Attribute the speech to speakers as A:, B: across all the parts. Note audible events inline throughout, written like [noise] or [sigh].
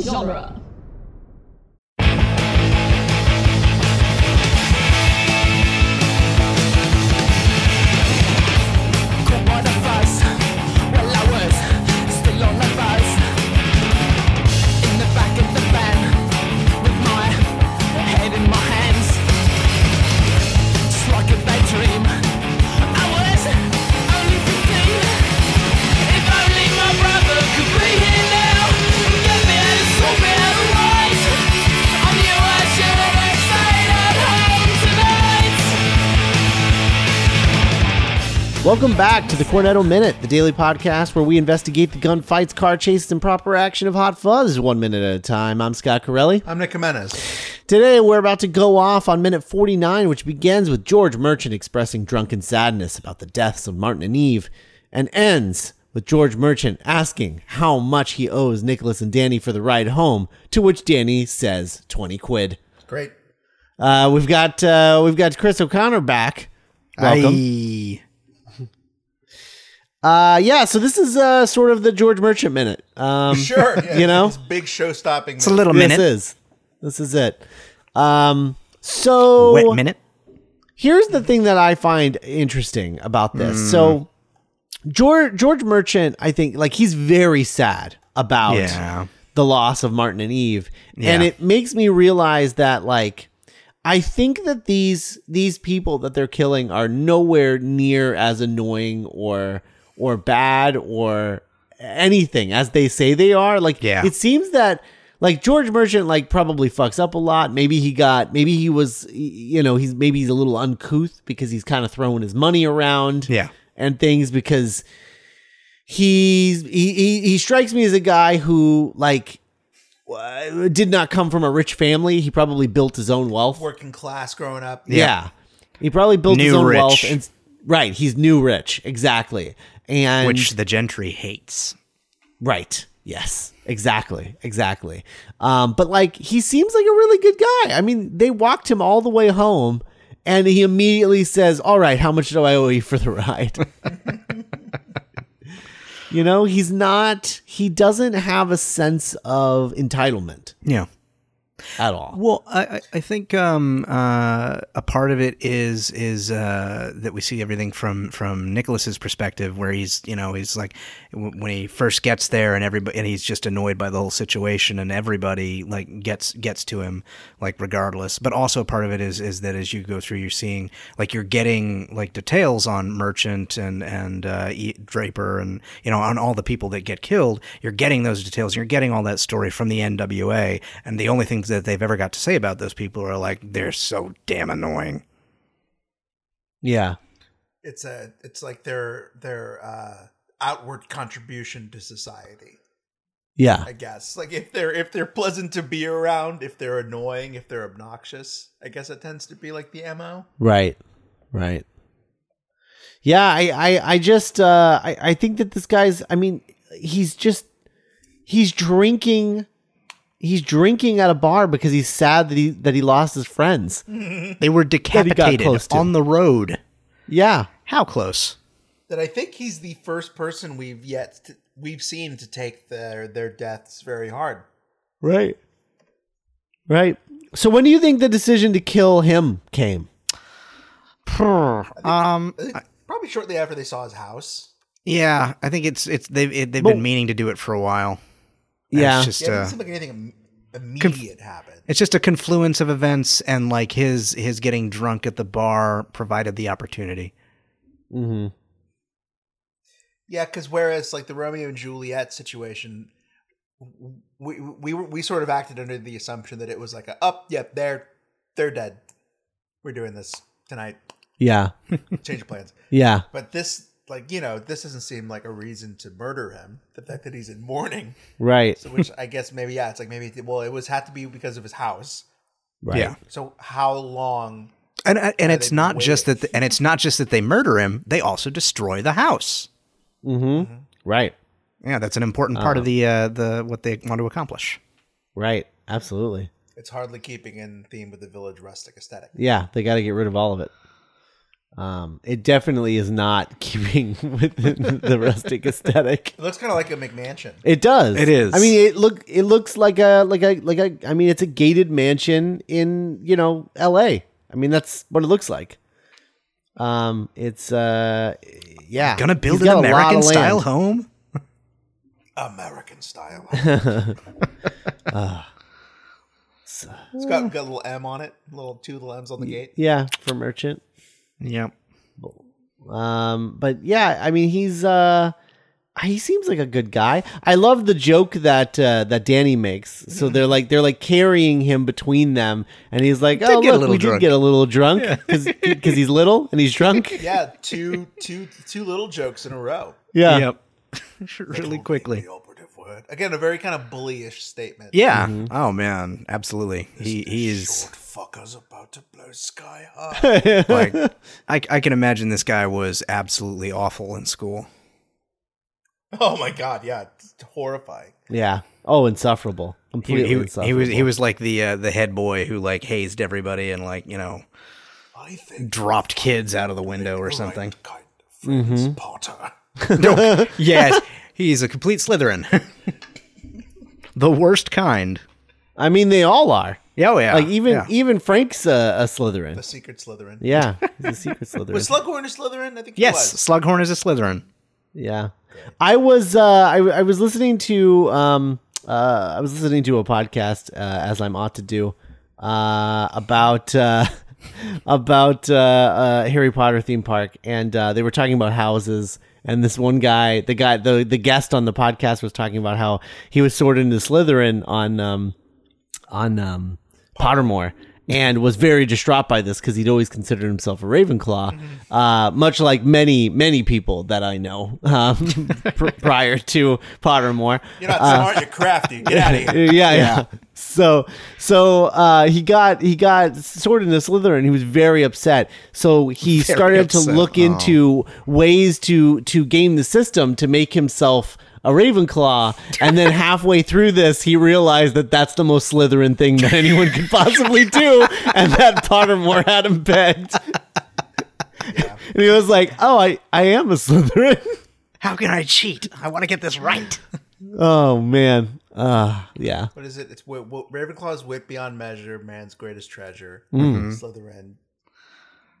A: genre.
B: Welcome back to the Cornetto Minute, the daily podcast where we investigate the gunfights, car chases, and proper action of Hot Fuzz one minute at a time. I'm Scott Corelli.
C: I'm Nick Jimenez.
B: Today we're about to go off on minute 49, which begins with George Merchant expressing drunken sadness about the deaths of Martin and Eve, and ends with George Merchant asking how much he owes Nicholas and Danny for the ride home, to which Danny says 20 quid.
C: Great.
B: Uh, we've got uh, we've got Chris O'Connor back. Welcome.
C: Aye.
B: Uh, yeah, so this is uh, sort of the George Merchant minute. Um,
C: Sure. yeah,
B: You know?
C: it's big show stopping.
D: It's a little
B: this
D: minute.
B: is this is it. Um, so
D: Wet minute.
B: here's the thing that I find interesting about this. So
D: Mm.
B: George George Merchant, I think, like he's very sad about
D: Yeah.
B: the loss of Martin and Eve, and
D: Yeah.
B: it makes me realize that like. I think that these these people that they're killing are nowhere near as annoying or or bad or anything as they say they are. Like
D: Yeah.
B: it seems that like George Merchant like probably fucks up a lot. Maybe he got maybe he was y- you know, he's maybe he's a little uncouth because he's kind of throwing his money around
D: Yeah.
B: and things because he's he, he he strikes me as a guy who like w- did not come from a rich family. He probably built his own wealth.
C: working class growing up.
B: Yeah. He probably built his
D: New
B: own
D: rich.
B: wealth and right, he's new rich, exactly. And
D: Which the gentry hates.
B: right. Yes. Exactly. Exactly. Um, but like he seems like a really good guy. I mean, they walked him all the way home and he immediately says, "All right, how much do I owe you for the ride?" [laughs] you know, he's not he doesn't have a sense of entitlement
D: Yeah.
B: at all.
D: Well, I, I- I think um, uh, a part of it is is uh, that we see everything from from Nicholas's perspective, where he's you know he's like w- when he first gets there and everybody and he's just annoyed by the whole situation and everybody like gets gets to him like regardless. But also part of it is is that as you go through, you're seeing like you're getting like details on Merchant and and uh, E- Draper and you know on all the people that get killed. You're getting those details. You're getting all that story from the NWA, and the only things that they've ever got to say about those people are like they're so damn annoying.
B: Yeah.
C: It's a it's like their their uh outward contribution to society,
B: Yeah.
C: I guess. Like if they're if they're pleasant to be around, if they're annoying, if they're obnoxious, I guess it tends to be like the MO.
B: Right. Right. Yeah, I I, I just uh I, I think that this guy's I mean, he's just he's drinking he's drinking at a bar because he's sad that he that he lost his friends.
D: They were
B: got
D: decapitated
B: close to.
D: on the road.
B: Yeah.
D: How close?
C: That I think he's the first person we've yet to, we've seen to take their their deaths very hard.
B: Right. Right. So when do you think the decision to kill him came?
D: Um,
C: I think probably shortly after they saw his house.
D: yeah, I think it's it's they've it, they've
B: Well-
D: been meaning to do it for a while. And
B: Yeah.
D: it's just
C: Yeah, it
D: uh,
C: doesn't seem like anything im- immediate happened.
D: It's just a confluence of events and like his his getting drunk at the bar provided the opportunity.
B: mm-hmm.
C: Yeah, because whereas like the Romeo and Juliet situation, w- we we were- we sort of acted under the assumption that it was like a up, yep, they're they're dead. We're doing this tonight.
B: Yeah.
C: Change of plans. [laughs]
B: Yeah.
C: But this, like you know, this doesn't seem like a reason to murder him. The fact that he's in mourning,
B: Right.
C: so which I guess maybe yeah, it's like maybe well, it was had to be because of his house.
B: Right.
D: Yeah.
C: So how long?
D: And and, and it's
C: they've been
D: not just
C: waiting.
D: that and it's not just that they murder him, they also destroy the house.
B: Mm-hmm. Right.
D: Yeah, that's an important part
B: Oh.
D: of the uh, the what they want to accomplish.
B: Right. Absolutely.
C: It's hardly keeping in theme with the village rustic aesthetic.
B: Yeah. They gotta get rid of all of it. Um, it definitely is not [laughs] keeping with the, the rustic aesthetic.
C: It looks kind of like a McMansion.
B: It does.
D: It is.
B: I mean, it look it looks like a like a like a. I mean, it's a gated mansion in you know L.A. I mean, that's what it looks like. Um, it's uh, yeah.
D: Gonna build
B: He's
D: an
B: got a lot of
D: American style
B: land.
D: home?
C: American
D: [laughs]
C: style. it's
D: Ah.
C: got, got a little M on it, little two little M's on the gate.
B: Yeah, for merchant.
D: Yep.
B: Um, but yeah, I mean, he's uh, he seems like a good guy. I love the joke that uh, that Danny makes. So they're like they're like carrying him between them, and he's like, "Oh,
D: get a
B: look,
D: little
B: we
D: drunk."
B: did get a little drunk because he's little and he's
D: [laughs]
B: drunk."
C: Yeah, two two two little jokes in a row.
B: Yeah,
D: Yep. [laughs] really quickly.
C: The operative word. Again, a very kind of bullyish statement.
D: Yeah.
B: Mm-hmm.
D: Oh man, absolutely. He he is
C: Short fucker's about to blow sky
D: [laughs]
C: high.
D: like I I can imagine this guy was absolutely awful in school.
C: oh my god, yeah. It's horrifying.
B: yeah. Oh, insufferable.
D: He,
B: Completely
D: he,
B: insufferable.
D: he was he was like the uh, the head boy who like hazed everybody and like you know
C: I think
D: dropped kids out of the window or
C: the
D: something.
C: right kind of
D: Mm-hmm.
C: friends, Potter. [laughs]
D: [laughs] No, yes, he's a complete Slytherin, [laughs] the worst kind.
B: I mean, they all are.
D: Yeah, Oh yeah,
B: like even
D: yeah.
B: even Frank's a, a
C: The
B: Slytherin.
C: secret Slytherin.
B: Yeah, he's a
D: [laughs]
B: secret Slytherin.
C: Was Slughorn a Slytherin? I think he
D: yes,
C: was.
D: Slughorn is a Slytherin.
B: Yeah. I was uh I, I was listening to um uh I was listening to a podcast uh, as I'm ought to do uh about uh [laughs] about uh, uh Harry Potter theme park and uh they were talking about houses and this one guy the guy the the guest on the podcast was talking about how he was sorted into Slytherin on um on um, Pottermore and was very distraught by this because he'd always considered himself a Ravenclaw, uh, much like many, many people that I know um, [laughs] pr- prior to Pottermore.
C: You're not
D: Uh,
C: smart, you're crafty. Get out of
D: [laughs]
C: here.
B: Yeah, yeah. So, so uh, he got he got sorted into Slytherin. He was very upset. So he started to
D: upset. Oh.
B: look into ways to to game the system to make himself a Ravenclaw. And then halfway through this, he realized that that's the most Slytherin thing that anyone could possibly do, and that Pottermore had him pegged. And he was like, "Oh, I I am a Slytherin." [laughs]
D: How can I cheat? I want to get this right.
B: oh man, uh, yeah. [laughs]
C: What is it? It's wit, wit, Ravenclaw's wit beyond measure, man's greatest treasure.
D: Mm-hmm.
C: Slytherin.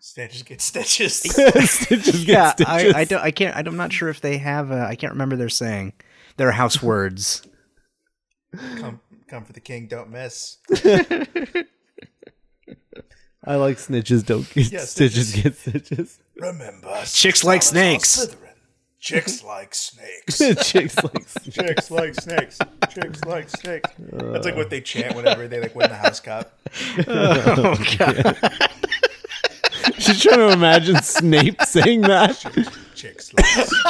C: Snitches get [laughs] stitches.
B: Stitches get
D: [laughs] yeah, I,
B: stitches.
D: I don't. I can't. I don't- I'm not sure if they have. I I can't remember their saying. Their house words.
C: come, come for the king, don't miss.
B: I like snitches don't get
C: Yeah,
B: stitches. get stitches.
C: Remember,
D: Chicks like
C: Salazar
D: snakes.
C: Slytherin. Chicks
B: [laughs]
C: like snakes.
B: Chicks like
C: Chicks like snakes. Chicks like snakes. That's like what they chant whenever they like win the house cup.
D: oh god.
B: Just trying to imagine Snape saying that.
C: Chicks like snakes.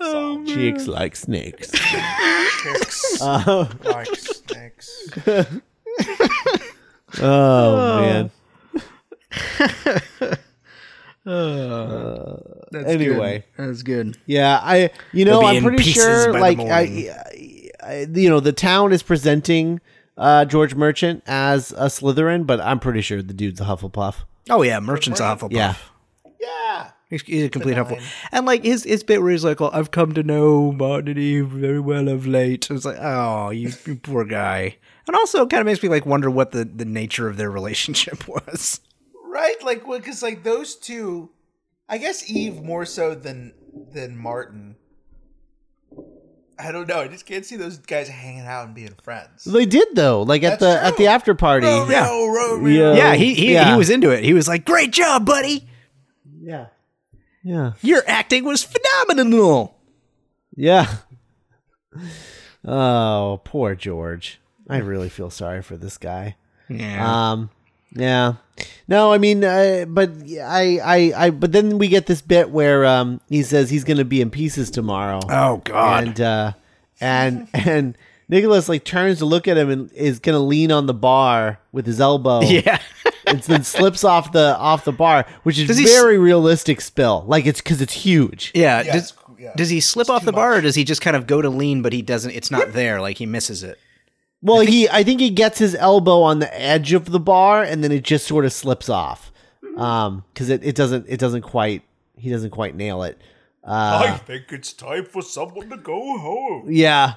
C: Solid.
B: Chicks like snakes.
C: Chicks like snakes.
B: Oh man.
D: That's
B: Anyway.
D: good. that's good.
B: Yeah, I you know
D: They'll be
B: I'm
D: in
B: pretty
D: pieces
B: sure
D: by the
B: like
D: morning.
B: I, I, I you know the town is presenting uh George Merchant as a Slytherin, but I'm pretty sure the dude's a Hufflepuff.
D: Oh yeah, merchant's a Hufflepuff.
B: Yeah.
C: Yeah.
D: he's, he's a complete
C: Benign.
D: Hufflepuff. And like his his bit where he's like, oh, "I've come to know Martin and Eve very well of late." It's like, oh, you, you poor guy. And also, kind of makes me like wonder what the the nature of their relationship [laughs] was.
C: Right? Like, because like those two, I guess Eve more so than than Martin. I don't know. I just can't see those guys hanging out and being friends.
B: They did though, like at
C: That's
B: the at
C: true.
B: the after party.
C: Romeo,
D: yeah.
C: Romeo.
B: Yeah.
D: yeah, he he,
B: yeah.
D: he was into it. He was like, "Great job, buddy.
B: Yeah. Yeah.
D: Your acting was phenomenal."
B: Yeah. [laughs] Oh, poor George. I really feel sorry for this guy.
D: Yeah.
B: Um, yeah. No, I mean, uh, but I, I, I, but then we get this bit where um, he says he's going to be in pieces tomorrow.
D: oh God.
B: and uh, and [laughs] and Nicholas like turns to look at him and is going to lean on the bar with his elbow.
D: [laughs] yeah.
B: and then slips off the off the bar, which is
D: Does he s-
B: very realistic. Spill like it's because it's huge.
D: Yeah.
C: Yeah,
D: does,
C: it's cool, yeah.
D: does he slip off
C: too
D: the bar or
C: much.
D: does he just kind of go to lean, but he doesn't, it's not there? Like he misses it.
B: Well, he I think he gets his elbow on the edge of the bar and then it just sort of slips off. Um, um, because it, it doesn't it doesn't quite he doesn't quite nail it. Uh,
C: think it's time for someone to go home.
B: yeah.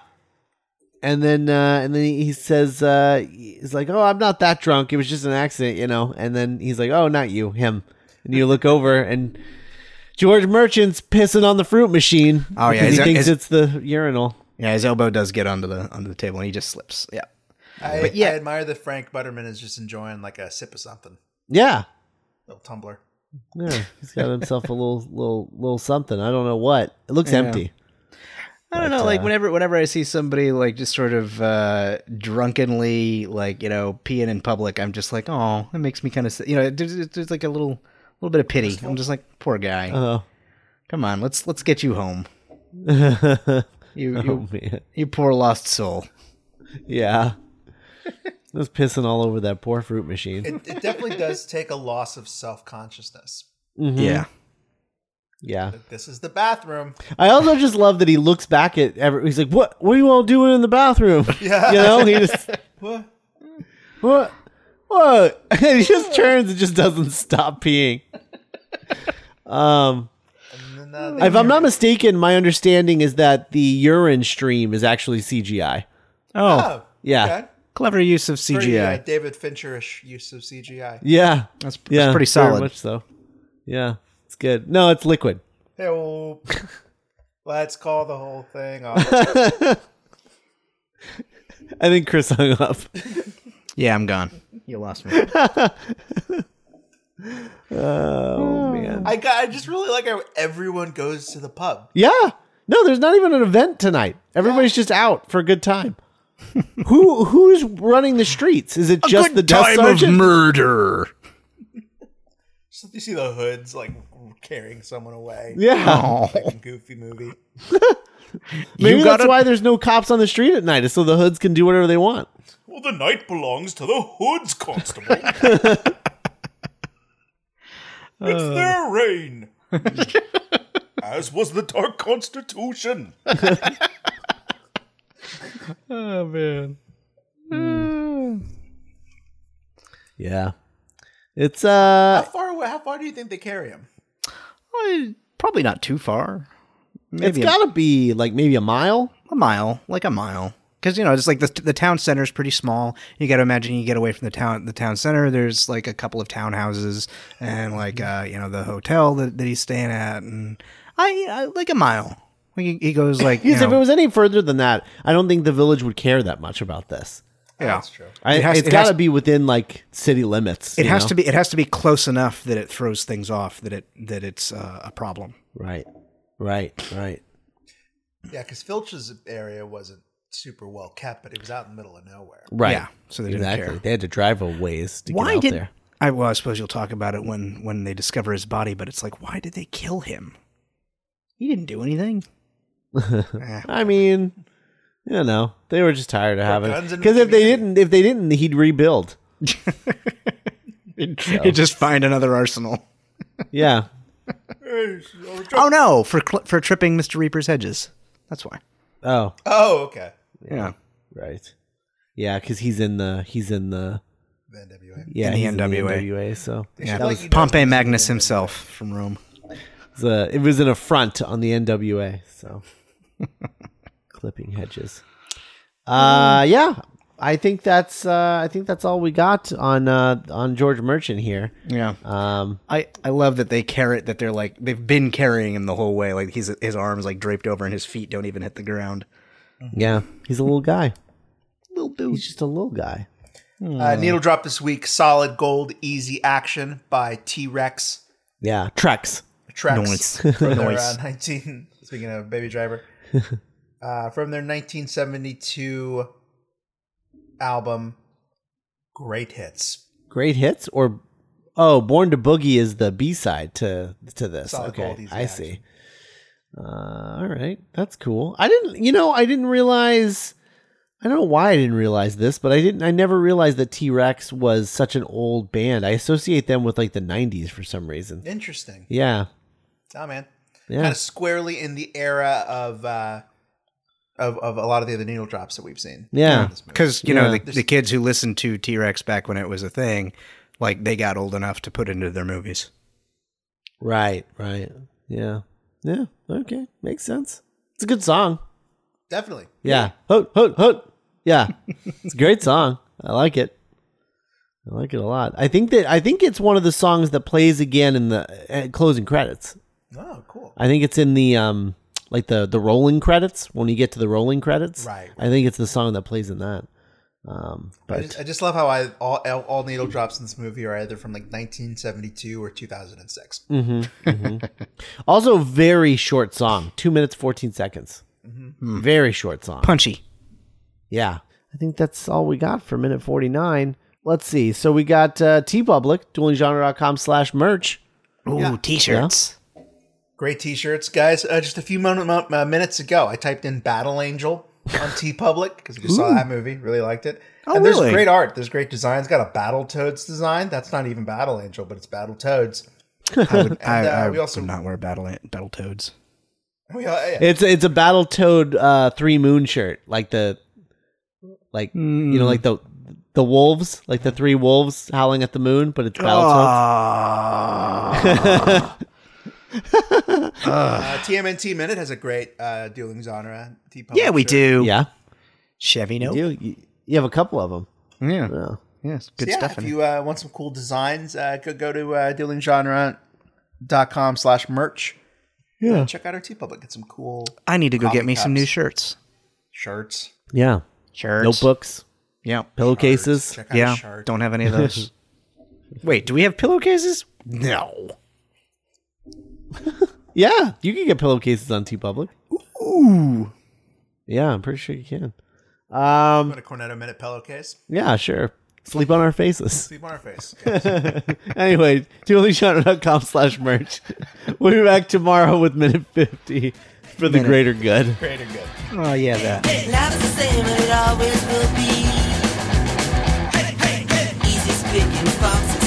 B: And then uh, and then he he says uh, he's like, "Oh, I'm not that drunk. It was just an accident, you know." And then he's like, "Oh, not you, him." And you look over and George Merchant's pissing on the fruit machine.
D: Oh, yeah.
B: because
D: Is
B: he
D: that-
B: thinks
D: is-
B: it's the urinal.
D: Yeah, his elbow does get onto the onto the table, and he just slips. Yeah.
C: I,
D: yeah.
C: I admire that Frank Butterman is just enjoying like a sip of something,
B: Yeah,
C: little tumbler.
B: yeah. He's got himself a little little little something. I don't know what. It looks empty.
D: I don't know.
B: uh,
D: Like whenever, whenever I see somebody like just sort of uh, drunkenly, like you know, peeing in public, I'm just like, oh, that makes me kind of, you know, there's, there's like a little, little bit of pity. I'm just like, poor guy.
B: Oh.
D: Come on, let's let's get
B: [laughs]
D: you home. You
B: Oh
D: you,
B: man.
D: you poor lost soul.
C: [laughs]
B: Yeah. I was pissing all over that poor fruit machine.
C: It, it
B: [laughs]
C: definitely does take a loss of self consciousness.
B: Mhm.
D: Yeah.
B: Yeah.
C: Like this is the bathroom.
B: I also just love that he looks back at every. He's like, "What? What are you all doing in the bathroom?"
C: [laughs] Yeah.
B: You know, he
C: [laughs]
B: just
C: What?
B: what, what? [laughs] And he just turns and just doesn't stop peeing. Um,
C: And
B: [laughs]
C: then, uh, they-
B: if I'm not mistaken, my understanding is that the urine stream is actually CGI.
D: Oh,
C: oh,
B: Yeah.
C: okay.
D: clever use of CGI.
C: Pretty, uh, David Fincherish use of CGI.
B: Yeah,
D: That's, that's
B: yeah,
D: pretty
B: very
D: solid.
B: much so. Yeah, it's good. No, it's liquid. [laughs]
C: Hey, well, let's call the whole thing off.
B: I think Chris hung up.
D: Yeah, I'm gone. You lost [laughs] me.
B: Oh man.
C: I got, I just really like how everyone goes to the pub.
B: Yeah. No, there's not even an event tonight. Everybody's just out for a good time. [laughs] Who who's running the streets? Is it just the death sergeant?
D: murder.
C: So you see the hoods like carrying someone away.
B: yeah.
D: Oh,
C: Like in Goofy movie.
B: Maybe
D: you
B: that's
D: gotta-
B: why there's no cops on the street at night, is so the hoods can do whatever they want.
C: Well, the night belongs to the
B: [laughs]
C: hoods, constable.
B: Uh.
C: it's their reign. [laughs] As was the
B: [laughs]
C: Dark Constitution.
D: oh man.
B: Hmm. Yeah. It's uh
C: How far away? How far do you think they carry him?
D: Well, probably not too far.
B: it's
D: Maybe a,
B: gotta be like maybe a mile.
D: a mile, like a mile, because you know it's like the the town center is pretty small. You got to imagine you get away from the town the town center. There's like a couple of townhouses and like
B: Mm-hmm.
D: uh, you know the hotel that, that he's staying at, and I, I like a mile. Like, He,
B: [laughs]
D: he goes like you
B: Because if it
D: know,
B: was any further than that, I don't think the village would care that much about this.
D: yeah.
C: That's true.
B: I,
D: It has-
B: it's
D: it
B: got to
D: has-
B: be within like city limits.
D: It has to be. It has to be close enough that it throws things off. That it that it's uh, a problem.
B: right, right, right.
C: Yeah, because Filch's area wasn't super well kept, but it was out in the middle of nowhere.
B: Right.
D: Yeah, so they didn't
B: exactly.
D: care.
B: They had to drive a ways to
D: why
B: get out
D: did
B: there.
D: I? Well, I suppose you'll talk about it when when they discover his body. But it's like, why did they kill him? He didn't do anything. Eh,
B: I mean, you know, they were just tired of having
C: guns in the
B: because if they
C: community.
B: didn't, if they didn't, he'd rebuild.
D: he'd, [laughs] he'd just find another arsenal.
B: Yeah,
D: Oh no, for cl- for tripping Mister Reaper's hedges. That's why.
B: Oh,
C: Oh, okay.
D: Yeah.
B: right. Yeah, because he's in the he's in the
C: The NWA.
B: yeah
D: In the
B: he's
D: NWA.
B: NWA. So
D: Yeah,
C: Like he does
D: Pompey
C: this
D: Magnus himself from Rome.
B: it's a- it was an affront on the NWA.
D: [laughs]
B: So clipping hedges. Uh, yeah. I think that's uh, I think that's all we got on uh, on George Merchant here.
D: Yeah,
B: Um,
D: I, I love that they carry that they're like they've been carrying him the whole way. Like his his arms like draped over and his feet don't even hit the ground.
B: yeah, he's a little guy.
D: Little
B: He's
D: dude.
B: just a little guy.
C: Uh, needle drop this week: Solid Gold, Easy Action by T Rex.
B: Yeah, Trex.
C: Tracks [laughs]
D: Noise.
C: from their uh,
D: Noise.
C: 19. Speaking of Baby
B: [laughs]
C: Driver, uh, from their 1972 album, Great Hits.
B: Great hits or oh, Born to Boogie is the B side to to this.
C: Solid gold,
B: okay,
C: easy
B: I
C: action.
B: see. Uh, all right, that's cool. I didn't, you know, I didn't realize. I don't know why I didn't realize this, but I didn't. I never realized that T Rex was such an old band. I associate them with like the '90s for some reason.
C: Interesting.
B: Yeah,
C: Oh man,
B: yeah,
C: kind of squarely in the era of uh, of of a lot of the other needle drops that we've seen.
B: Yeah.
C: This movie.
D: Because you know
B: Yeah.
D: the, the kids who listened to T Rex back when it was a thing like they got old enough to put into their movies.
B: Right, right. Yeah. Yeah. Okay. Makes sense. It's a good song.
C: Definitely.
B: Yeah. Hoot, hoot, hoot. Yeah. it's a great song. I like it. I like it a lot. I think that I think it's one of the songs that plays again in the uh, closing credits.
C: Oh, cool.
B: I think it's in the um like the the rolling credits when you get to the rolling credits.
C: Right.
B: I think it's the song that plays in that. Um
C: I
B: but
C: just, I just love how I all, all needle drops in this movie are either from like 1972 or 2006.
B: also very short song. 2 minutes 14 seconds. Hmm. Very short song.
D: Punchy.
B: Yeah. I think that's all we got for minute 49. Let's see. So we got uh, tpublic, duelinggenre.com slash merch.
D: Ooh, t-shirts.
C: Great T-shirts, guys. Uh, just a few moment, mo- uh, minutes ago, I typed in "Battle Angel" on
D: [laughs]
C: T Public because we just saw that movie. Really liked it.
D: Oh,
C: and there's
D: really?
C: great art. There's great designs. Got a Battle Toads design. That's not even Battle Angel, but it's Battle Toads.
D: I [laughs] would. I,
C: And, uh,
D: I
C: we also-
D: would not wear battle battle toads.
C: We, all- yeah.
B: It's it's a battle toad uh, three moon shirt, like the like you know like the the wolves, like the three wolves howling at the moon, but it's battle
D: Ah.
B: toads.
D: [laughs]
C: uh, TMNT Minute has a great uh, dueling genre. T Public.
D: yeah, we
C: shirt.
D: do.
B: Yeah,
D: Chevy
B: you,
D: note.
B: do. you you have a couple of them.
D: Yeah.
B: Yeah.
D: Yes. Good
C: yeah,
D: stuff. in
C: if
D: it.
C: you uh, want some cool designs, uh, go go to uh, duelinggenre.com slash merch. Uh,
B: Yeah.
C: Check out our T Public. Get some cool
D: I need to go get
C: coffee
D: me some new
C: cups.
D: shirts.
C: shirts.
B: Yeah,
D: Shirts.
B: notebooks,
D: Yeah.
B: pillowcases.
C: Check out
D: Yeah.
C: a shirt.
D: Don't have any of those. Wait, do we have pillowcases? No.
B: Yeah, you can get pillowcases on TeePublic.
D: Ooh.
B: Yeah, I'm pretty sure you can. Um,
C: Put a Cornetto Minute pillowcase.
B: yeah, sure. Sleep on our faces. [laughs]
C: Sleep on our face.
B: anyway, duelinggenre.com slash merch. We'll be back tomorrow with minute 50 for the
D: Minute.
B: greater good.
C: Great and good.
D: Oh yeah, that.
A: Love is the same and it always will be. Easy speaking, foxy